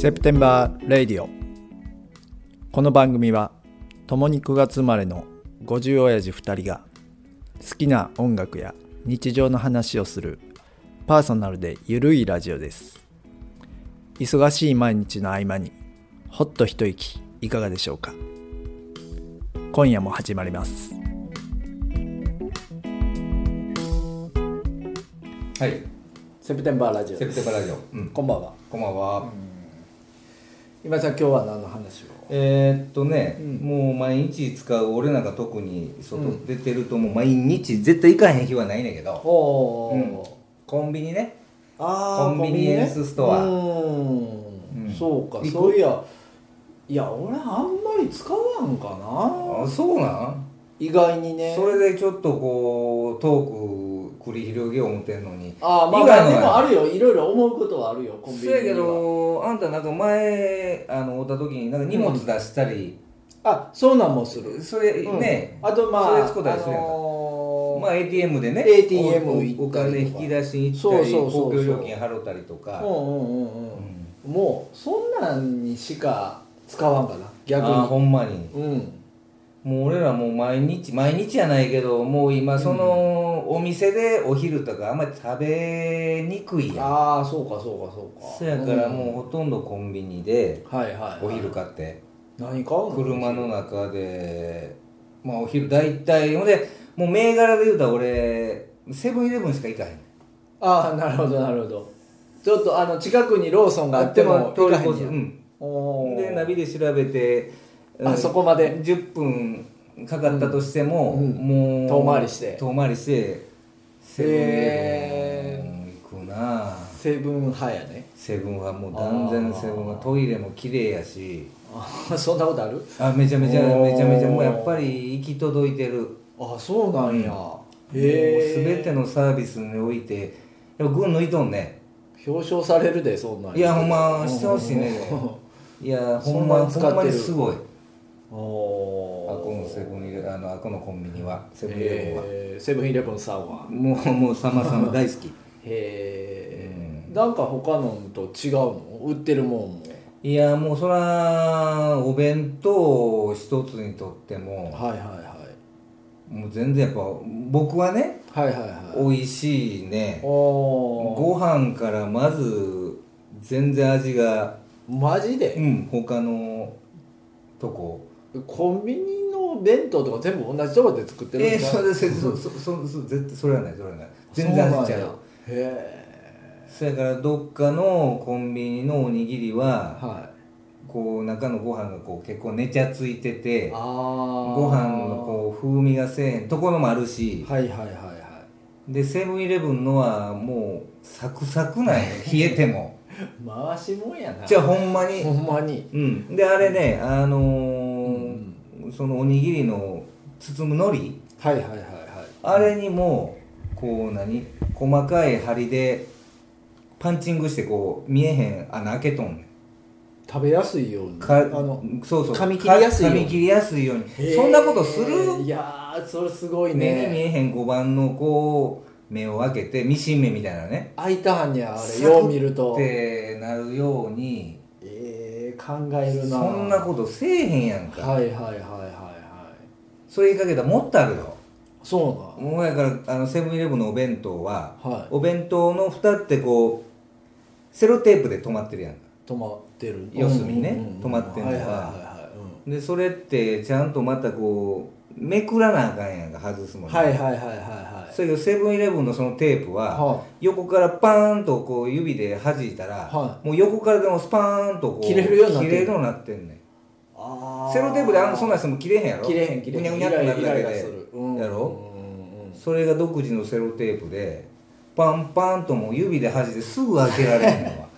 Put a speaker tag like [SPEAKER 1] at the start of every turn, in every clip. [SPEAKER 1] セプテンバー・レイディオこの番組は共に9月生まれの50親父2人が好きな音楽や日常の話をするパーソナルでゆるいラジオです忙しい毎日の合間にほっと一息いかがでしょうか今夜も始まります
[SPEAKER 2] はい、
[SPEAKER 1] セプテンバーラジオ
[SPEAKER 2] セプテンバーラジオ。うん、
[SPEAKER 1] こんばんは
[SPEAKER 2] こんばんは。
[SPEAKER 1] 今さん今日は何の話を
[SPEAKER 2] えーっとね、
[SPEAKER 1] うん
[SPEAKER 2] もう毎日使う俺なんか特に外出てるともう毎日絶対行かへん日はないねんだけど、
[SPEAKER 1] お
[SPEAKER 2] うんコンビニね。
[SPEAKER 1] あー
[SPEAKER 2] コンビニエンスストア
[SPEAKER 1] コンビニねうーん
[SPEAKER 2] うん
[SPEAKER 1] そうか
[SPEAKER 2] 行く
[SPEAKER 1] そういやいや俺あんまり使わんかな
[SPEAKER 2] あ、そうなん、
[SPEAKER 1] 意外にね
[SPEAKER 2] それでちょっとこうトーク繰り広げよう思ってんのに。
[SPEAKER 1] あーまあ
[SPEAKER 2] 意
[SPEAKER 1] ま
[SPEAKER 2] 外
[SPEAKER 1] あ
[SPEAKER 2] な
[SPEAKER 1] でもあるよいろいろ思うことはあるよコンビニ
[SPEAKER 2] そ
[SPEAKER 1] には
[SPEAKER 2] やけど、あんたなんか前あのおった時になんか荷物出したり、
[SPEAKER 1] あそうなんもする、
[SPEAKER 2] それ
[SPEAKER 1] うん
[SPEAKER 2] ね、
[SPEAKER 1] あとまあ
[SPEAKER 2] それ使うたりするやんか
[SPEAKER 1] のー
[SPEAKER 2] まあ ATM でね、
[SPEAKER 1] ATM
[SPEAKER 2] お
[SPEAKER 1] 行
[SPEAKER 2] お
[SPEAKER 1] ったりとか
[SPEAKER 2] 金引き出し行った
[SPEAKER 1] そうそう
[SPEAKER 2] り、
[SPEAKER 1] そうそう
[SPEAKER 2] 公共料金払ったりとか。
[SPEAKER 1] うんうんうんうん、
[SPEAKER 2] うん
[SPEAKER 1] もうそんなんにしか使わんかな逆
[SPEAKER 2] あーほ
[SPEAKER 1] に
[SPEAKER 2] んまに
[SPEAKER 1] うん
[SPEAKER 2] もう俺らもう毎日毎日やないけどもう今そのお店でお昼とかあんまり食べにくいやん
[SPEAKER 1] ああそうかそうかそうか
[SPEAKER 2] そやからもうほとんどコンビニで
[SPEAKER 1] うん、はいはいはい、
[SPEAKER 2] お昼買って
[SPEAKER 1] 何買うの
[SPEAKER 2] 車の中でまあお昼大体ほんでもう銘柄で言うたら俺セブンイレブンしか行かへん
[SPEAKER 1] ああなるほどなるほどちょっとあの近くにローソンがあっても
[SPEAKER 2] 通
[SPEAKER 1] 行
[SPEAKER 2] り
[SPEAKER 1] かへ
[SPEAKER 2] 越
[SPEAKER 1] ん
[SPEAKER 2] す
[SPEAKER 1] ねや
[SPEAKER 2] うん
[SPEAKER 1] おー
[SPEAKER 2] でナビで調べてうん
[SPEAKER 1] あそこまで
[SPEAKER 2] 10分かかったとしても、
[SPEAKER 1] うん
[SPEAKER 2] もう
[SPEAKER 1] 遠回りして
[SPEAKER 2] 遠回りしてセブンイレブン行くな
[SPEAKER 1] セブン派やね
[SPEAKER 2] セブンはもう断然セブンはトイレも綺麗やし
[SPEAKER 1] あーそんなことある
[SPEAKER 2] あめちゃめちゃ
[SPEAKER 1] おー
[SPEAKER 2] めちゃめちゃもうやっぱり行き届いてる
[SPEAKER 1] あそうなんや、
[SPEAKER 2] もう
[SPEAKER 1] へえ
[SPEAKER 2] 全てのサービスにおいてやっぱ群抜いとんね
[SPEAKER 1] 表彰されるでそんなん
[SPEAKER 2] いやほんましてほしいねいやほん
[SPEAKER 1] そん
[SPEAKER 2] まほ
[SPEAKER 1] なん
[SPEAKER 2] ん
[SPEAKER 1] 使っ
[SPEAKER 2] ま
[SPEAKER 1] てる
[SPEAKER 2] にすごい
[SPEAKER 1] お
[SPEAKER 2] あ
[SPEAKER 1] お
[SPEAKER 2] このセブンイレあのあこのコンビニはセブンイレブンは、
[SPEAKER 1] えーセブンイレブンさんは
[SPEAKER 2] もうもうさんまさん大好き
[SPEAKER 1] へえ、
[SPEAKER 2] うん
[SPEAKER 1] なんか他のと違うの売ってるもんも
[SPEAKER 2] いやもうそらお弁当一つにとっても
[SPEAKER 1] はいはい
[SPEAKER 2] もう全然やっぱ僕はね
[SPEAKER 1] はいはいはいはい
[SPEAKER 2] 美味しいね
[SPEAKER 1] おー
[SPEAKER 2] ご飯からまず全然味が
[SPEAKER 1] マジ
[SPEAKER 2] う
[SPEAKER 1] で、
[SPEAKER 2] ん他のとこ
[SPEAKER 1] コンビニの弁当とか全部同じとこで作ってるん
[SPEAKER 2] え
[SPEAKER 1] で
[SPEAKER 2] ー、
[SPEAKER 1] す
[SPEAKER 2] そ
[SPEAKER 1] か、
[SPEAKER 2] うですそうそうそうそう絶対それはないそれはない全然味ちゃう
[SPEAKER 1] そうなんやへ
[SPEAKER 2] それからどっかのコンビニのおにぎり
[SPEAKER 1] え
[SPEAKER 2] は
[SPEAKER 1] は
[SPEAKER 2] こう中のご飯がこう結構ネチャついて
[SPEAKER 1] い
[SPEAKER 2] て
[SPEAKER 1] ああ
[SPEAKER 2] ご飯のこう風味がせえへんところもあるし
[SPEAKER 1] はいはいはいは
[SPEAKER 2] でセブンイレブンのはもうサクサク なんよ冷えても
[SPEAKER 1] い回しもんやな
[SPEAKER 2] じゃあほんま
[SPEAKER 1] ほ
[SPEAKER 2] に
[SPEAKER 1] んまに
[SPEAKER 2] うんであれねあのー
[SPEAKER 1] ん
[SPEAKER 2] そのおにぎりの包む海苔
[SPEAKER 1] はいはいはいはい
[SPEAKER 2] あれにもこう何細かい針でパンチングしてこう見えへん穴開けとんねん
[SPEAKER 1] 食べやすいように
[SPEAKER 2] か
[SPEAKER 1] あの
[SPEAKER 2] そうそう
[SPEAKER 1] 噛み切りやすいように
[SPEAKER 2] 噛み切りやすいようにそんなことす
[SPEAKER 1] へ
[SPEAKER 2] る
[SPEAKER 1] ーいやーそれすごい
[SPEAKER 2] 目に見
[SPEAKER 1] ね
[SPEAKER 2] えへん5番の子を目を開けてミシン目みたいなね
[SPEAKER 1] 開いたはんにゃあれ
[SPEAKER 2] サクッ
[SPEAKER 1] よう見ると
[SPEAKER 2] ってなるように
[SPEAKER 1] ええー、考えるな
[SPEAKER 2] そんなことせえへんやんか、
[SPEAKER 1] はいはいはいはいはい
[SPEAKER 2] それ言いかけたらもっとあるよ
[SPEAKER 1] そう
[SPEAKER 2] もうやからあのセブンイレブンのお弁当は
[SPEAKER 1] なんはい
[SPEAKER 2] お弁当の蓋ってこうセロテープで止まってるやんか
[SPEAKER 1] 止まってる
[SPEAKER 2] 四隅ね
[SPEAKER 1] うんうんうん
[SPEAKER 2] 止まってんの
[SPEAKER 1] は
[SPEAKER 2] はい
[SPEAKER 1] はいはいはい、うん
[SPEAKER 2] でそれってちゃんとまたこうめくらなあかんやんか外すもん
[SPEAKER 1] はいはいはいはいはい
[SPEAKER 2] それけどセブンイレブンのそのテープは、
[SPEAKER 1] は
[SPEAKER 2] 横からパーンとこう指で弾いたら、
[SPEAKER 1] は
[SPEAKER 2] もう横からでもスパーンとこう
[SPEAKER 1] 切れるようになってんの
[SPEAKER 2] 切れるようになってんねん
[SPEAKER 1] あ
[SPEAKER 2] セロテープであんなそんなんしても切れへんやろ
[SPEAKER 1] 切れへん切れへん
[SPEAKER 2] うにゃうにゃってなるだけ
[SPEAKER 1] イライライライラ
[SPEAKER 2] です
[SPEAKER 1] るうん
[SPEAKER 2] やろ
[SPEAKER 1] うんうんうん
[SPEAKER 2] それが独自のセロテープでパンパンともう指で弾いてすぐ開けられへんのは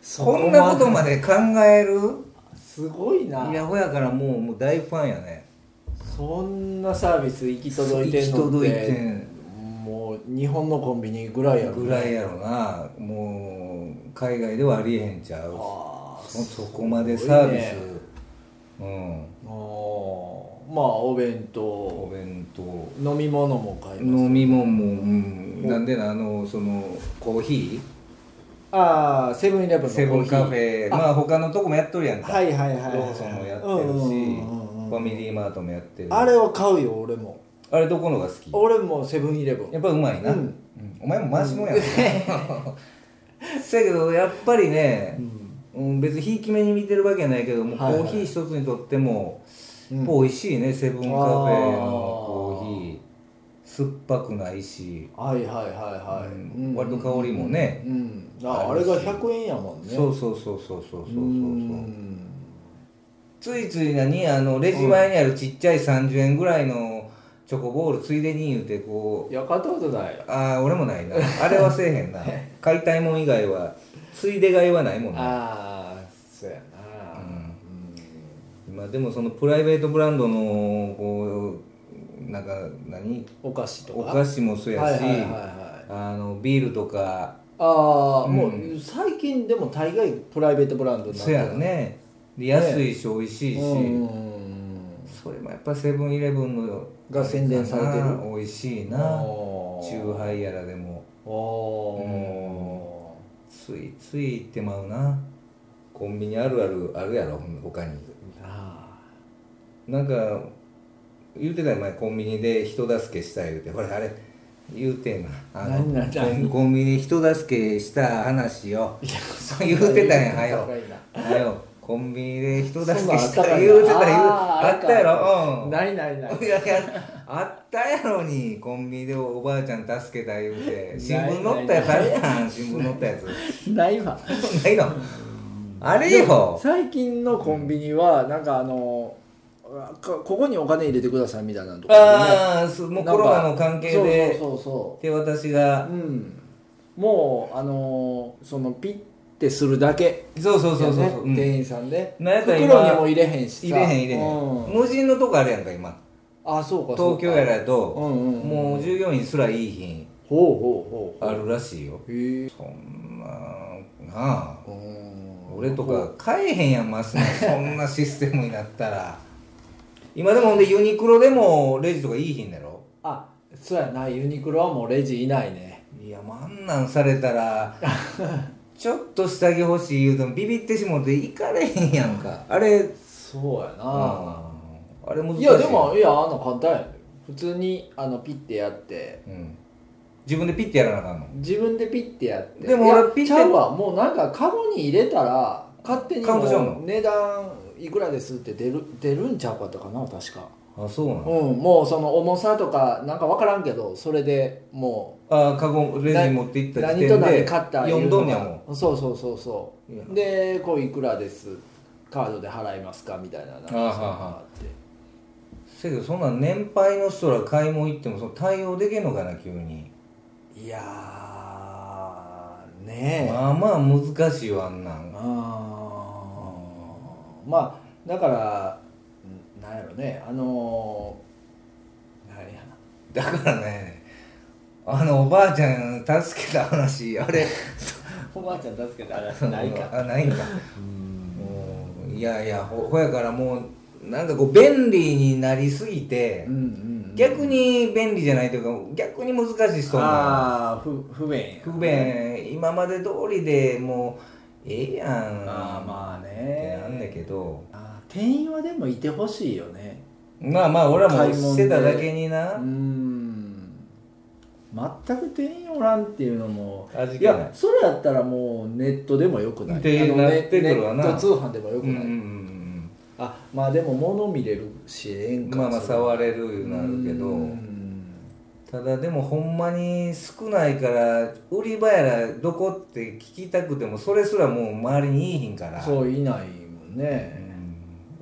[SPEAKER 1] そ
[SPEAKER 2] こんなことまで考える
[SPEAKER 1] すごいない
[SPEAKER 2] やほやからもうもう大ファンやね
[SPEAKER 1] そんなサービス行き届いてんのって
[SPEAKER 2] 行き届いてん
[SPEAKER 1] もう日本のコンビニぐらいやろね
[SPEAKER 2] ぐらいやろなもう海外ではありえへんちゃう
[SPEAKER 1] あー
[SPEAKER 2] そそこまです
[SPEAKER 1] ごい
[SPEAKER 2] サービ
[SPEAKER 1] ね
[SPEAKER 2] ス、うん
[SPEAKER 1] あーまあお弁当
[SPEAKER 2] お弁当
[SPEAKER 1] 飲み物も買います
[SPEAKER 2] 飲み物も、う
[SPEAKER 1] うん
[SPEAKER 2] ん、なんでなあのそのコーヒ
[SPEAKER 1] ああセブンイレブンのコーヒー
[SPEAKER 2] セブンカフェまあ他のとこもやっとるやんか、
[SPEAKER 1] はいはいはいはい
[SPEAKER 2] ローソンもやってる
[SPEAKER 1] う
[SPEAKER 2] し、
[SPEAKER 1] んうんうんうん
[SPEAKER 2] ファミリーマートもやってる
[SPEAKER 1] あれを買うよ俺も
[SPEAKER 2] あれどこのが好き
[SPEAKER 1] 俺もセブンイレブン
[SPEAKER 2] やっぱうまいな、
[SPEAKER 1] うん
[SPEAKER 2] うんお前も回しもんやん、 せやけどやっぱりね、うん、別にひいき目に見てるわけじゃないけどもうコ
[SPEAKER 1] はいはい
[SPEAKER 2] ーヒー一つにとっても、
[SPEAKER 1] うん
[SPEAKER 2] やっぱ美味しいねセブンカフェのコーヒー酸っぱくないし、
[SPEAKER 1] はいはいはいはい、
[SPEAKER 2] うん割と香りもね、
[SPEAKER 1] うん、ああれが100円やもんね
[SPEAKER 2] そうそうそうそうそうそうそうそう
[SPEAKER 1] うん
[SPEAKER 2] ついつい何あのレジ前にあるちっちゃい30円ぐらいのチョコボールついでに言うてこ
[SPEAKER 1] いや買ったことないよ
[SPEAKER 2] うああ俺もないなあれはせえへ んな買いたいもん以外はついで買いはないもんな
[SPEAKER 1] ああそうやな
[SPEAKER 2] うん今でもそのプライベートブランドのこうなんか
[SPEAKER 1] う
[SPEAKER 2] 何
[SPEAKER 1] んお菓子とか
[SPEAKER 2] お菓子もそうや
[SPEAKER 1] はい
[SPEAKER 2] し、
[SPEAKER 1] はいはいはい
[SPEAKER 2] あのビールとか
[SPEAKER 1] ああ、
[SPEAKER 2] うん
[SPEAKER 1] もう最近でも大概プライベートブランドになっ
[SPEAKER 2] そ
[SPEAKER 1] てる
[SPEAKER 2] やねで安いし美味しいし、
[SPEAKER 1] うん
[SPEAKER 2] それもやっぱセブンイレブンの
[SPEAKER 1] が宣伝されてる
[SPEAKER 2] 美味しいな
[SPEAKER 1] おー
[SPEAKER 2] チューハイやらでも
[SPEAKER 1] お
[SPEAKER 2] ついつい行ってまうなコンビニあるあるあるやろほん他に
[SPEAKER 1] ーな
[SPEAKER 2] なんか言うてたよ前コンビニで人助けしたい言うてほらあれ言うてんなあの
[SPEAKER 1] 何々
[SPEAKER 2] コンコンビニ人助けした話よ
[SPEAKER 1] あいや
[SPEAKER 2] 言うてたんやんはよ
[SPEAKER 1] 高いな
[SPEAKER 2] はよコンビニで人助
[SPEAKER 1] そんな
[SPEAKER 2] け
[SPEAKER 1] んあ
[SPEAKER 2] し
[SPEAKER 1] ったかい
[SPEAKER 2] た
[SPEAKER 1] な
[SPEAKER 2] 言うてた言う
[SPEAKER 1] あー
[SPEAKER 2] あったやろうん
[SPEAKER 1] ないないない
[SPEAKER 2] いやいやあったやろにコンビニでおばあちゃん助けた言うて新聞載ったやつあるやん新聞載ったや
[SPEAKER 1] ないわ
[SPEAKER 2] つないのあれよ
[SPEAKER 1] 最近のコンビニはなんかあのあかここにお金入れてくださいみたいなとこね
[SPEAKER 2] ああそうもう
[SPEAKER 1] なん
[SPEAKER 2] コ
[SPEAKER 1] か
[SPEAKER 2] ロナの関係で
[SPEAKER 1] そうそうそ
[SPEAKER 2] 手渡し
[SPEAKER 1] うそう
[SPEAKER 2] が
[SPEAKER 1] うんもうあのーそのピッてするだけ
[SPEAKER 2] そうそうそうそう
[SPEAKER 1] ね
[SPEAKER 2] そう、うん
[SPEAKER 1] 店員さんで
[SPEAKER 2] なんやった
[SPEAKER 1] 袋
[SPEAKER 2] ら
[SPEAKER 1] に
[SPEAKER 2] 今
[SPEAKER 1] も入れへんしさ
[SPEAKER 2] 入れへん入れへん、
[SPEAKER 1] うん
[SPEAKER 2] 無人のとこあるやんか今
[SPEAKER 1] あそうかそう
[SPEAKER 2] 東
[SPEAKER 1] か
[SPEAKER 2] 京やらや
[SPEAKER 1] う
[SPEAKER 2] と、
[SPEAKER 1] んうんうん
[SPEAKER 2] もう従業員すらいい品
[SPEAKER 1] ほうほうほう
[SPEAKER 2] あるらしいよ
[SPEAKER 1] へえ
[SPEAKER 2] そんななあ
[SPEAKER 1] うん
[SPEAKER 2] 俺とか買えへんやんますねそんなシステムになったら今でもほんでユニクロでもレジとかいい品だろ
[SPEAKER 1] あそうやなユニクロはもうレジいないね
[SPEAKER 2] いやまああんなんされ たらちょっと下着欲しい言うてもビビってしもうて行かれへんやんかあれ
[SPEAKER 1] そうやな
[SPEAKER 2] ああれ難しい
[SPEAKER 1] いやでもいやあんな簡単やね普通にあのピッてやって
[SPEAKER 2] うん、自分でピッてやらなあかんの
[SPEAKER 1] 自分でピッてやって
[SPEAKER 2] でも
[SPEAKER 1] いや
[SPEAKER 2] 俺ピッて
[SPEAKER 1] ちゃうわもうなんかカゴに入れたら勝手に
[SPEAKER 2] カ
[SPEAKER 1] も
[SPEAKER 2] ゴちゃうの
[SPEAKER 1] う値段いくらですって出る出るんちゃうかったかな確か
[SPEAKER 2] あそうな
[SPEAKER 1] うん
[SPEAKER 2] の、
[SPEAKER 1] もうその重さとかなんか分からんけどそれでも
[SPEAKER 2] あカゴレジに持って行っ
[SPEAKER 1] う
[SPEAKER 2] た時
[SPEAKER 1] 何
[SPEAKER 2] 点
[SPEAKER 1] と何
[SPEAKER 2] で
[SPEAKER 1] 買った
[SPEAKER 2] 4ドンやもん
[SPEAKER 1] んそうそうそうそ
[SPEAKER 2] いや
[SPEAKER 1] うでこういくらですカードで払いますかみたいななんか
[SPEAKER 2] あはは
[SPEAKER 1] そういうのがあって
[SPEAKER 2] せやけどそんなん年配の人ら買い物行ってもその対応できんのかな急に
[SPEAKER 1] いやーねえ、
[SPEAKER 2] まあまあ難しいわあんなん
[SPEAKER 1] あーまあだからんなんやろねあのー、なんや
[SPEAKER 2] だからねあのおばあちゃん助けた話あれ
[SPEAKER 1] おばあちゃん助けてあれ
[SPEAKER 2] あないんかもういやいやほほやからもうなんかこう便利になりすぎて、
[SPEAKER 1] うんうん
[SPEAKER 2] 逆に便利じゃないというか逆に難しい人も
[SPEAKER 1] ああ不不便や
[SPEAKER 2] 不便今まで通りでもうええやん
[SPEAKER 1] ああまあ
[SPEAKER 2] って
[SPEAKER 1] ね
[SPEAKER 2] なんだけど
[SPEAKER 1] あー店員はでもいてほしいよね
[SPEAKER 2] まあまあ俺ら
[SPEAKER 1] 買い
[SPEAKER 2] も
[SPEAKER 1] 物
[SPEAKER 2] し
[SPEAKER 1] で
[SPEAKER 2] てただけ
[SPEAKER 1] う
[SPEAKER 2] に
[SPEAKER 1] ー
[SPEAKER 2] な、
[SPEAKER 1] ん全く店員おらんっていうのも
[SPEAKER 2] 味
[SPEAKER 1] い
[SPEAKER 2] 気ない
[SPEAKER 1] やそれやったらもうネットでもよくない
[SPEAKER 2] って
[SPEAKER 1] あのね
[SPEAKER 2] なってくるわな
[SPEAKER 1] ネット通販でもよ
[SPEAKER 2] う
[SPEAKER 1] く
[SPEAKER 2] んうんう
[SPEAKER 1] なんい、
[SPEAKER 2] うん
[SPEAKER 1] あまあでも物見れるしええんか
[SPEAKER 2] まあまあ
[SPEAKER 1] それ
[SPEAKER 2] 触れるようになるけ
[SPEAKER 1] う
[SPEAKER 2] ど
[SPEAKER 1] ん
[SPEAKER 2] ただでもほんまに少ないから売り場やらどこって聞きたくてもそれすらもう周りにいいひんから
[SPEAKER 1] そういないもん
[SPEAKER 2] う
[SPEAKER 1] ね、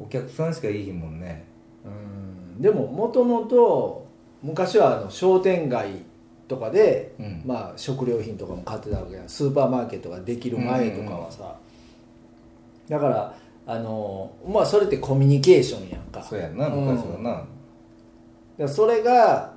[SPEAKER 2] んお客さんしかいいひんもんね
[SPEAKER 1] うん、でももともと昔はあの商店街とかで、
[SPEAKER 2] うん
[SPEAKER 1] まあ、食料品とかも買ってたわけやんスーパーマーケットができる前とかはさ、だからあのまあそれってコミュニケーションやんか
[SPEAKER 2] そうやんな
[SPEAKER 1] うん
[SPEAKER 2] 昔はな
[SPEAKER 1] だからそれが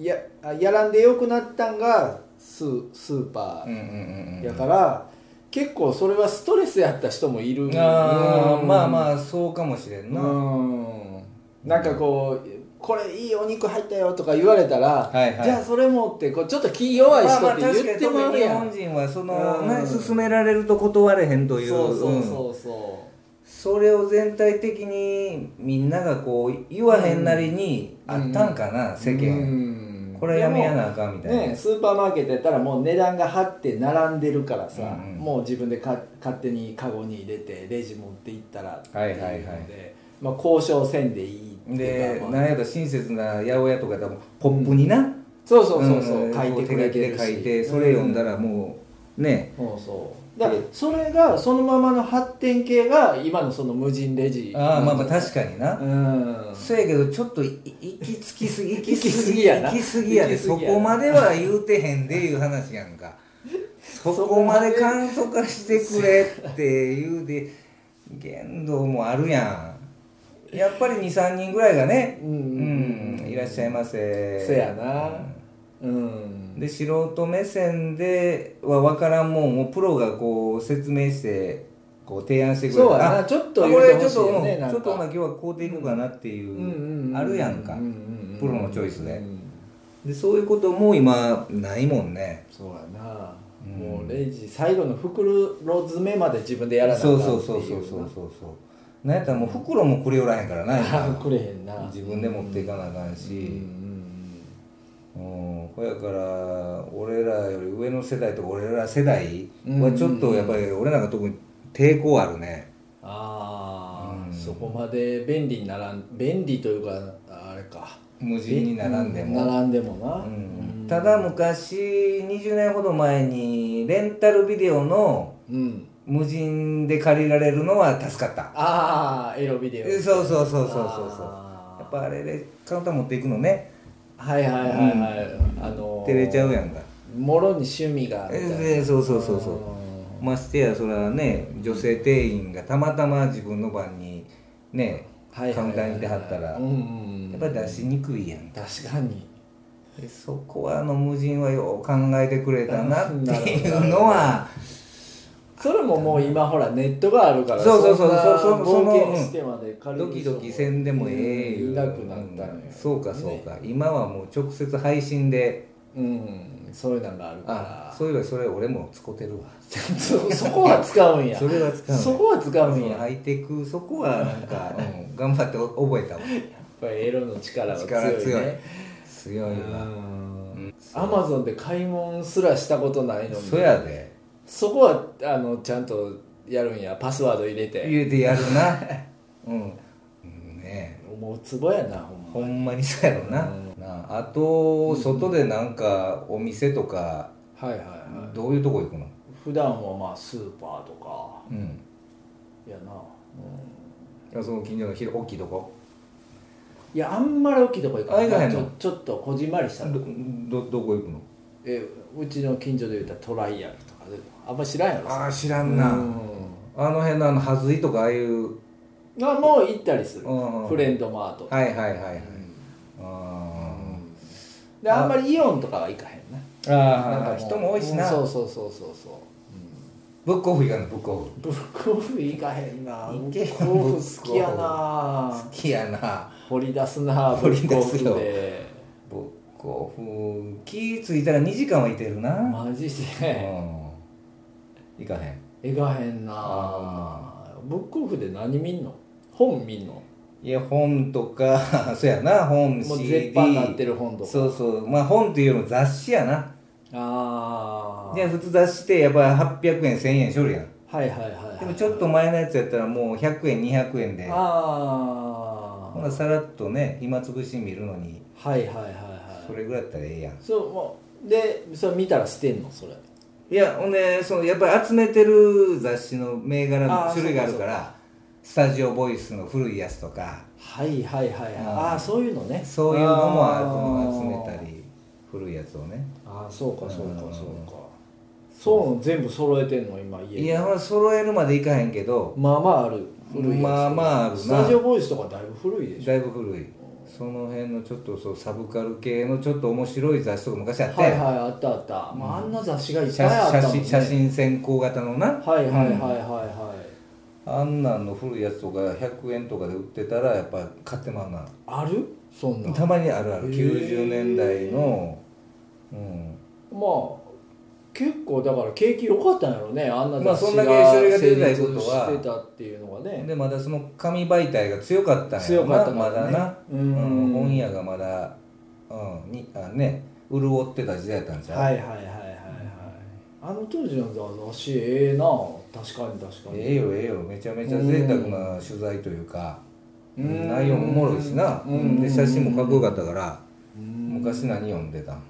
[SPEAKER 1] ややらんでよくなったんがスースーパー
[SPEAKER 2] うんうんうんうん
[SPEAKER 1] やから、結構それはストレスやった人もいる
[SPEAKER 2] あーまあ
[SPEAKER 1] あ
[SPEAKER 2] まあそうかもしれんな
[SPEAKER 1] うんなんかこうこれいいお肉入ったよとか言われたら、
[SPEAKER 2] はいはい
[SPEAKER 1] じゃあそれもってこうちょっと気弱い人って言ってもらう
[SPEAKER 2] 日
[SPEAKER 1] やん、
[SPEAKER 2] 本人はその、
[SPEAKER 1] うん
[SPEAKER 2] ね、勧められると断れへんという
[SPEAKER 1] そうそう
[SPEAKER 2] うん
[SPEAKER 1] そうそ
[SPEAKER 2] それを全体的にみんながこう言わへんなりに
[SPEAKER 1] うん
[SPEAKER 2] あったんかな、
[SPEAKER 1] う
[SPEAKER 2] 世間、
[SPEAKER 1] 間
[SPEAKER 2] これやめやなあかんみたいな、
[SPEAKER 1] ね、スーパーマーケットやったらもう値段が張って並んでるからさ、
[SPEAKER 2] うんうん
[SPEAKER 1] もう自分でか勝手にカゴに入れてレジ持って行ったらっていうので、
[SPEAKER 2] はいはいはい
[SPEAKER 1] まあ、交渉せんでいいっていう
[SPEAKER 2] で
[SPEAKER 1] か、まあ
[SPEAKER 2] なんやったら親切な八百屋とかでもポップにな、
[SPEAKER 1] そうそうそうそう、
[SPEAKER 2] ん
[SPEAKER 1] 書いてくれてるし
[SPEAKER 2] 手書きで書いてそれ読んだらもうね
[SPEAKER 1] そうそうだからそれがそのままの発展系が今のその無人レジ
[SPEAKER 2] ああまあまあ確かにな、
[SPEAKER 1] うん
[SPEAKER 2] そうやけどちょっとい行き着 きすぎ行
[SPEAKER 1] き過ぎやな
[SPEAKER 2] 行き過ぎやで
[SPEAKER 1] 行き過
[SPEAKER 2] そ
[SPEAKER 1] ぎやな
[SPEAKER 2] こまでは言うてへんでいう話やんかそこまで簡素化してくれっていうで言動もあるやんやっぱり23人ぐらいがね
[SPEAKER 1] うん
[SPEAKER 2] うんいらっしゃいませ
[SPEAKER 1] せやな
[SPEAKER 2] う
[SPEAKER 1] うん
[SPEAKER 2] んで素人目線では分からんもんをプロがこう説明してこう提案してくれる
[SPEAKER 1] そうやな
[SPEAKER 2] あ
[SPEAKER 1] ちょっと
[SPEAKER 2] こ
[SPEAKER 1] 入れ
[SPEAKER 2] れ
[SPEAKER 1] て
[SPEAKER 2] ちょ
[SPEAKER 1] ほ
[SPEAKER 2] っ
[SPEAKER 1] しいよ
[SPEAKER 2] と、
[SPEAKER 1] ね
[SPEAKER 2] うん
[SPEAKER 1] なん
[SPEAKER 2] ち
[SPEAKER 1] か
[SPEAKER 2] ょっとほな今日はこうていこうかなっていう
[SPEAKER 1] う、んうん
[SPEAKER 2] あるやんか、
[SPEAKER 1] ううんうん
[SPEAKER 2] プロのチョイスで
[SPEAKER 1] うん
[SPEAKER 2] でそういうことも今ないもんね
[SPEAKER 1] そうやな、
[SPEAKER 2] うん
[SPEAKER 1] もうレジ最後の袋詰めまで自分でやらなあか
[SPEAKER 2] そ
[SPEAKER 1] んっ
[SPEAKER 2] う
[SPEAKER 1] てい
[SPEAKER 2] そうそうそうそうう
[SPEAKER 1] な
[SPEAKER 2] そうそうなんやったらもう袋もくれおらへんから な
[SPEAKER 1] あー
[SPEAKER 2] 今
[SPEAKER 1] くれへんな
[SPEAKER 2] 自分で持っていかなあか
[SPEAKER 1] うん
[SPEAKER 2] ん
[SPEAKER 1] うんう
[SPEAKER 2] し、
[SPEAKER 1] ん
[SPEAKER 2] うん、こやから俺らより上の世代とか俺ら世代はちょっとやっぱり俺なんか特に抵抗あるね、
[SPEAKER 1] ああ、
[SPEAKER 2] うん
[SPEAKER 1] そこまで便利にならん便利というかあれか
[SPEAKER 2] 無人に並んでも、
[SPEAKER 1] う並んでもな、
[SPEAKER 2] うんただ昔20年ほど前にレンタルビデオの
[SPEAKER 1] うん
[SPEAKER 2] 無人で借りられるのは助かった
[SPEAKER 1] ああエロビデオ
[SPEAKER 2] えそうそうそうそうそうそう
[SPEAKER 1] あー
[SPEAKER 2] やっぱあれでカウンター持っていくのね
[SPEAKER 1] はいはいはいはい、あのー
[SPEAKER 2] 照れちゃうやんか
[SPEAKER 1] もろに趣味がみたいな
[SPEAKER 2] ええそうそうそうそうましてやそれはね女性店員がたまたま自分の番にねカ
[SPEAKER 1] は
[SPEAKER 2] ウ
[SPEAKER 1] い
[SPEAKER 2] ン
[SPEAKER 1] はいはい
[SPEAKER 2] ターにいてはったらや
[SPEAKER 1] うんうんうん
[SPEAKER 2] っぱり出しにくいやん
[SPEAKER 1] 確かに
[SPEAKER 2] でそこはあの無人はよう考えてくれたなっていうのは
[SPEAKER 1] それももう今ほらネットがあるから
[SPEAKER 2] そうそうそうん
[SPEAKER 1] な
[SPEAKER 2] そうそうその
[SPEAKER 1] 冒険してまで借り
[SPEAKER 2] ド
[SPEAKER 1] る
[SPEAKER 2] キ
[SPEAKER 1] 人も
[SPEAKER 2] ドキせんでもええ
[SPEAKER 1] いなくなったのよ
[SPEAKER 2] そうかそう
[SPEAKER 1] ね
[SPEAKER 2] か今はもう直接配信で
[SPEAKER 1] うんそういうのがあるから
[SPEAKER 2] あそういえばそれ俺も使ってるわ
[SPEAKER 1] そそこは使うんや
[SPEAKER 2] それは使う
[SPEAKER 1] そこは使うんや
[SPEAKER 2] ハイテクそこはなんか、 うん、頑張って覚えたわ
[SPEAKER 1] やっぱりエロの力は強い
[SPEAKER 2] 力
[SPEAKER 1] ね
[SPEAKER 2] 強い強いわ
[SPEAKER 1] うんアマゾンで買い物すらしたことないのに
[SPEAKER 2] そやで
[SPEAKER 1] そこはあのちゃんとやるんやパスワード入れて
[SPEAKER 2] 言うてやる なうんうんねえ
[SPEAKER 1] もうツボやなほんま
[SPEAKER 2] ほんまにそうやろな,、
[SPEAKER 1] う
[SPEAKER 2] なああと外でなんかお店とか
[SPEAKER 1] はいはいはい
[SPEAKER 2] どういうとこ行くの
[SPEAKER 1] 普段はまあスーパーとか
[SPEAKER 2] うん
[SPEAKER 1] やな、
[SPEAKER 2] いやその近所の広大きいとこ
[SPEAKER 1] いやあんまり大きいとこ行かない
[SPEAKER 2] あ行かへん
[SPEAKER 1] ち
[SPEAKER 2] の
[SPEAKER 1] ょちょっとこじんまりしたの
[SPEAKER 2] どどどこ行くの
[SPEAKER 1] えうちの近所で言うたらトライアルとかであんま知らんやろ
[SPEAKER 2] ああ知ら
[SPEAKER 1] うんん
[SPEAKER 2] な、
[SPEAKER 1] あ
[SPEAKER 2] あの辺のあのはずいとかああいう
[SPEAKER 1] もう行ったりする
[SPEAKER 2] うん
[SPEAKER 1] フレンドマート
[SPEAKER 2] はいはいはいはい、あ
[SPEAKER 1] であんまりイオンとかは行かへんな
[SPEAKER 2] ーあー
[SPEAKER 1] なんかう
[SPEAKER 2] 人も多いしな、
[SPEAKER 1] うんそうそうそうそうそう
[SPEAKER 2] ブックオフ行かないブックオフ
[SPEAKER 1] ブックオフ行かへんな
[SPEAKER 2] 行
[SPEAKER 1] ブ
[SPEAKER 2] けよ
[SPEAKER 1] ックオフ好きやな
[SPEAKER 2] 好きやな
[SPEAKER 1] 掘り出すな
[SPEAKER 2] 掘
[SPEAKER 1] ブ
[SPEAKER 2] り
[SPEAKER 1] ック
[SPEAKER 2] 出
[SPEAKER 1] オ
[SPEAKER 2] す
[SPEAKER 1] フ
[SPEAKER 2] よ
[SPEAKER 1] で
[SPEAKER 2] ブックオフ気付いたら2時間はいてるな、
[SPEAKER 1] マジ
[SPEAKER 2] うん
[SPEAKER 1] で
[SPEAKER 2] 行かへん
[SPEAKER 1] 行かへんな
[SPEAKER 2] あ
[SPEAKER 1] ブックオフで何見んの本見んの
[SPEAKER 2] いや本とか そうやな本
[SPEAKER 1] もう
[SPEAKER 2] CD
[SPEAKER 1] 絶版になってる本とか
[SPEAKER 2] そうそうまあ本っていうよりも雑誌やな
[SPEAKER 1] ああ
[SPEAKER 2] じゃあ普通雑誌ってやっぱ800円1000円しょるやん
[SPEAKER 1] はいはいはいはい
[SPEAKER 2] でもちょっと前のやつやったらもう100円200円で
[SPEAKER 1] ああ
[SPEAKER 2] ほなさらっとね暇つぶし見るのに
[SPEAKER 1] はいはいはいはい
[SPEAKER 2] それぐらいだったらええやん
[SPEAKER 1] そうもうでそれ見たら捨てんのそれ
[SPEAKER 2] いやほんでそのやっぱり集めてる雑誌の銘柄
[SPEAKER 1] あー
[SPEAKER 2] の種類があるか
[SPEAKER 1] そうから
[SPEAKER 2] スタジオボイスの古いやつとか
[SPEAKER 1] はいはいはいはいあ
[SPEAKER 2] あー
[SPEAKER 1] あそういうのね
[SPEAKER 2] そういうのもある
[SPEAKER 1] ー
[SPEAKER 2] の集めたり古いやつをね
[SPEAKER 1] ああそうかそうか
[SPEAKER 2] うん
[SPEAKER 1] そうかそう全部揃えてんの今家に
[SPEAKER 2] いやほら揃えるまでいかへんけど
[SPEAKER 1] まあまあある古いやつ
[SPEAKER 2] まあまああるな
[SPEAKER 1] スタジオボイスとかだいぶ古いでしょ
[SPEAKER 2] だいぶ古いその辺のちょっとそうサブカル系のちょっと面白い雑誌とか昔あって、
[SPEAKER 1] はいはいあったあった、まあ、あんな雑誌がいっぱい
[SPEAKER 2] 写
[SPEAKER 1] あった
[SPEAKER 2] 写
[SPEAKER 1] もん、ね、
[SPEAKER 2] 真写真先行型のな
[SPEAKER 1] はいはいはいはい
[SPEAKER 2] うん
[SPEAKER 1] はい、
[SPEAKER 2] あんなんの古いやつとか100円とかで売ってたらやっぱ買ってまうな
[SPEAKER 1] あるそんなん
[SPEAKER 2] た
[SPEAKER 1] ま
[SPEAKER 2] まにあるある
[SPEAKER 1] へー
[SPEAKER 2] 90年代の、うん、
[SPEAKER 1] あ結構だから景気良かったんやろうねあんな
[SPEAKER 2] まあ
[SPEAKER 1] 雑
[SPEAKER 2] そ
[SPEAKER 1] 誌
[SPEAKER 2] ん
[SPEAKER 1] が
[SPEAKER 2] だけそれが出てないことは
[SPEAKER 1] 成立してたっていうのがね
[SPEAKER 2] でまだその紙媒体が強かったんや
[SPEAKER 1] 強かった
[SPEAKER 2] まだな、
[SPEAKER 1] う
[SPEAKER 2] うん
[SPEAKER 1] ん
[SPEAKER 2] 本屋がまだ、うんにあね、潤ってた時代やったんじゃん、
[SPEAKER 1] はいはいはいはいはいあの当時の雑誌ええな確かに確かに
[SPEAKER 2] ええよええよめちゃめちゃ贅沢な取材というか、
[SPEAKER 1] うん
[SPEAKER 2] 内容もおもろいしな、
[SPEAKER 1] うん
[SPEAKER 2] うんで写真もかっこよかったから、
[SPEAKER 1] うん
[SPEAKER 2] 昔何読んでたん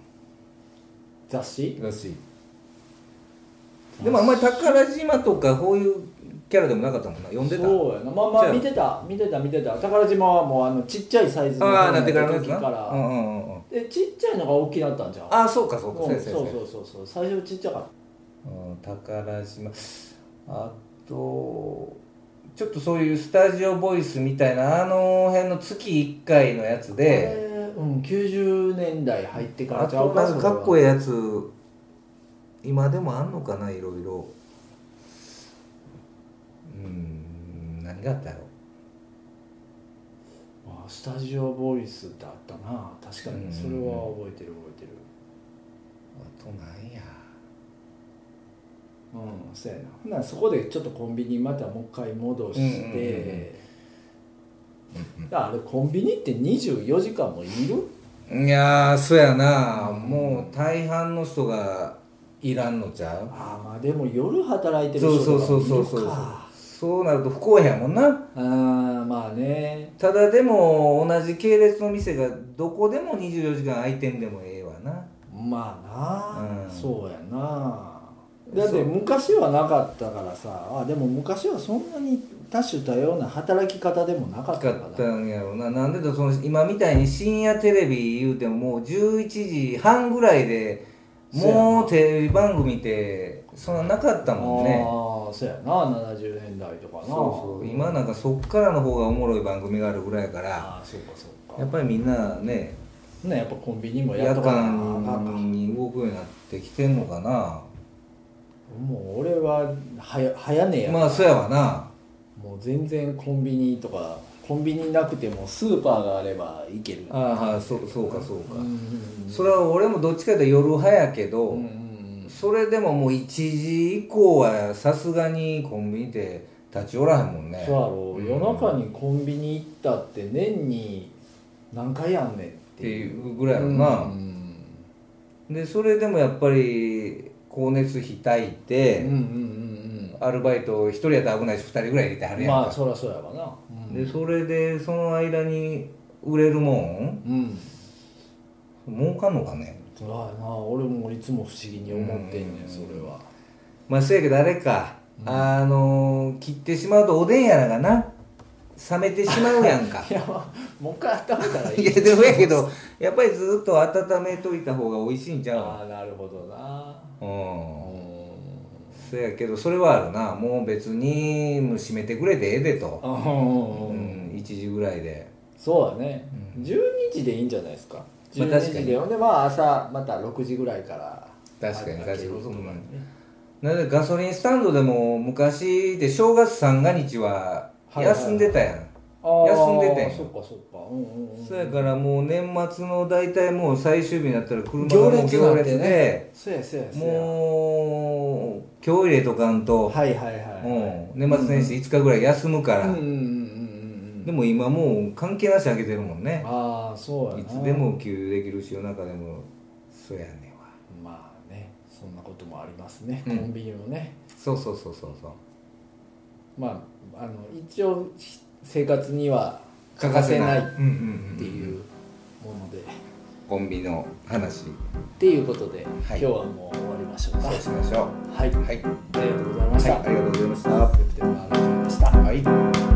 [SPEAKER 1] 雑誌
[SPEAKER 2] らしいでもあんまり宝島とかこういうキャラでもなかったもんな読んでた
[SPEAKER 1] そうやなまあま
[SPEAKER 2] じゃ
[SPEAKER 1] あ
[SPEAKER 2] あ
[SPEAKER 1] 見てた見てた見てた宝島はもうあのちっちゃいサイズの
[SPEAKER 2] ああなってからのや
[SPEAKER 1] 時
[SPEAKER 2] つ
[SPEAKER 1] か
[SPEAKER 2] なう
[SPEAKER 1] ら
[SPEAKER 2] んうんうんうん
[SPEAKER 1] でちっちゃいのが大きなったんじゃん
[SPEAKER 2] ああそうかそうか
[SPEAKER 1] うん
[SPEAKER 2] 先生
[SPEAKER 1] そうそうそうそう最初ちっちゃかっ
[SPEAKER 2] うん宝島あとちょっとそういうスタジオボイスみたいなあの辺の月1回のやつ
[SPEAKER 1] た
[SPEAKER 2] で
[SPEAKER 1] あれうん90年代入ってから
[SPEAKER 2] あ
[SPEAKER 1] ちゃ
[SPEAKER 2] と
[SPEAKER 1] うか
[SPEAKER 2] なんかかっこえ
[SPEAKER 1] え
[SPEAKER 2] えやつ今でもあんのかないろいろうん何があったやろ
[SPEAKER 1] スタジオボイスだったな確かにそれは覚えてる覚えてる
[SPEAKER 2] あとなんや
[SPEAKER 1] うんそうやなほんならそこでちょっとコンビニまたもう一回戻して、
[SPEAKER 2] うんうんうんうん
[SPEAKER 1] あれコンビニって24時間もいる
[SPEAKER 2] いやーそうやな、もう大半の人がいらんのちゃう
[SPEAKER 1] ああまあでも夜働いてる
[SPEAKER 2] そう
[SPEAKER 1] 人
[SPEAKER 2] そ
[SPEAKER 1] とか
[SPEAKER 2] うそ
[SPEAKER 1] も
[SPEAKER 2] う
[SPEAKER 1] い
[SPEAKER 2] そう
[SPEAKER 1] る
[SPEAKER 2] そう
[SPEAKER 1] か
[SPEAKER 2] そうなると不公平やもんな
[SPEAKER 1] ああまあね
[SPEAKER 2] ただでも同じ系列の店がどこでも24時間空いてんでもええわな
[SPEAKER 1] まあな、
[SPEAKER 2] うん
[SPEAKER 1] そうやなだって昔はなかったからさあでも昔はそんなに多種多様な働き方でもなかった
[SPEAKER 2] か
[SPEAKER 1] から
[SPEAKER 2] ったんやろうななんでだその今みたいに深夜テレビ言うてももう11時半ぐらいでもうテレビ番組ってそんななかったもんね
[SPEAKER 1] ああそうやな70年代とかな
[SPEAKER 2] そうそう今なんかそっからの方がおもろい番組があるぐらいやから
[SPEAKER 1] ああそうかそうか
[SPEAKER 2] やっぱりみんなね
[SPEAKER 1] ねやっぱコンビニもや
[SPEAKER 2] 夜
[SPEAKER 1] っとかなあかんか
[SPEAKER 2] 間に動くようになってきてんのかな
[SPEAKER 1] もう俺ははや早ねえや
[SPEAKER 2] まあそうやわな
[SPEAKER 1] もう全然コンビニとかコンビニなくてもスーパーがあれば行ける
[SPEAKER 2] ああそうそうかそうか、
[SPEAKER 1] うんうんうん
[SPEAKER 2] それは俺もどっちかというと夜派やけど、
[SPEAKER 1] うんうん
[SPEAKER 2] それでももう1時以降はさすがにコンビニで立ち寄らへんも
[SPEAKER 1] そ
[SPEAKER 2] ん
[SPEAKER 1] う
[SPEAKER 2] ね
[SPEAKER 1] やろ
[SPEAKER 2] うん
[SPEAKER 1] 夜中にコンビニ行ったって年に何回やんねんっ
[SPEAKER 2] って
[SPEAKER 1] ていう
[SPEAKER 2] いうぐらいやろな、
[SPEAKER 1] うん
[SPEAKER 2] でそれでもやっぱり光熱費炊い
[SPEAKER 1] うんうんう
[SPEAKER 2] て、
[SPEAKER 1] ん
[SPEAKER 2] アルバイト1人やったら危ないし2人ぐらい入れては
[SPEAKER 1] う
[SPEAKER 2] る
[SPEAKER 1] ん
[SPEAKER 2] やんか、
[SPEAKER 1] まあそりゃそうやわなうん
[SPEAKER 2] でそれでその間に売れるも
[SPEAKER 1] うん
[SPEAKER 2] ん儲かんのかね
[SPEAKER 1] そうやな俺もいつも不思議に思ってんねんそれは
[SPEAKER 2] まあせやけどあれか、あの切ってしまうとおでんやらがな冷めてしまうや んか
[SPEAKER 1] いやまあもう一回温めたらい
[SPEAKER 2] い
[SPEAKER 1] い
[SPEAKER 2] やでもやけどやっぱりずっと温めといた方が美味しいんちゃう
[SPEAKER 1] ああなるほどな
[SPEAKER 2] のうん
[SPEAKER 1] うん
[SPEAKER 2] そやけどそれはあるなもう別にもう閉めてくれてええでと、
[SPEAKER 1] うん
[SPEAKER 2] うん1時ぐらいで
[SPEAKER 1] そうだね、
[SPEAKER 2] うん
[SPEAKER 1] 12時でいいんじゃないですか
[SPEAKER 2] まあ
[SPEAKER 1] 12
[SPEAKER 2] 確か
[SPEAKER 1] 時
[SPEAKER 2] に
[SPEAKER 1] でほんでまあ朝また6時ぐらいから
[SPEAKER 2] 確かに
[SPEAKER 1] 開ける
[SPEAKER 2] 確かに
[SPEAKER 1] とかね
[SPEAKER 2] なのでガソリンスタンドでも昔で正月三が日は
[SPEAKER 1] はいはい
[SPEAKER 2] 休んでたやん、
[SPEAKER 1] あー
[SPEAKER 2] 休んでてん
[SPEAKER 1] そっかそっかうんうんうん
[SPEAKER 2] そやからもう年末の大体もう最終日になったら車がも
[SPEAKER 1] 行
[SPEAKER 2] う
[SPEAKER 1] 列
[SPEAKER 2] 行
[SPEAKER 1] なんて
[SPEAKER 2] 列で
[SPEAKER 1] そうやそうやそうや
[SPEAKER 2] もう今日入れとかんと、
[SPEAKER 1] はいはいはい、
[SPEAKER 2] うん、年末年始5日ぐらい休むから、
[SPEAKER 1] うんうんうんうんうん
[SPEAKER 2] でも今もう関係なし開けてるもんね
[SPEAKER 1] ああそうや
[SPEAKER 2] い
[SPEAKER 1] な
[SPEAKER 2] つでも給油できるし夜中でもそうやねんわ
[SPEAKER 1] まあねそんなこともありますね、
[SPEAKER 2] うん
[SPEAKER 1] コンビニもね
[SPEAKER 2] そうそうそうそうそう
[SPEAKER 1] まああの一応ひ生活には欠
[SPEAKER 2] 欠
[SPEAKER 1] か
[SPEAKER 2] か
[SPEAKER 1] せ
[SPEAKER 2] せ
[SPEAKER 1] な
[SPEAKER 2] ないい
[SPEAKER 1] っ
[SPEAKER 2] うんうんうん
[SPEAKER 1] ていうもので、
[SPEAKER 2] コンビの話
[SPEAKER 1] っていうことで、
[SPEAKER 2] は
[SPEAKER 1] 今
[SPEAKER 2] い
[SPEAKER 1] 日はもう終わりましょうか
[SPEAKER 2] そうしましょう
[SPEAKER 1] はい、
[SPEAKER 2] はい、は
[SPEAKER 1] あ
[SPEAKER 2] い、
[SPEAKER 1] りがとうございました、
[SPEAKER 2] ありがとうございました
[SPEAKER 1] セプテンバーラジオでした
[SPEAKER 2] はい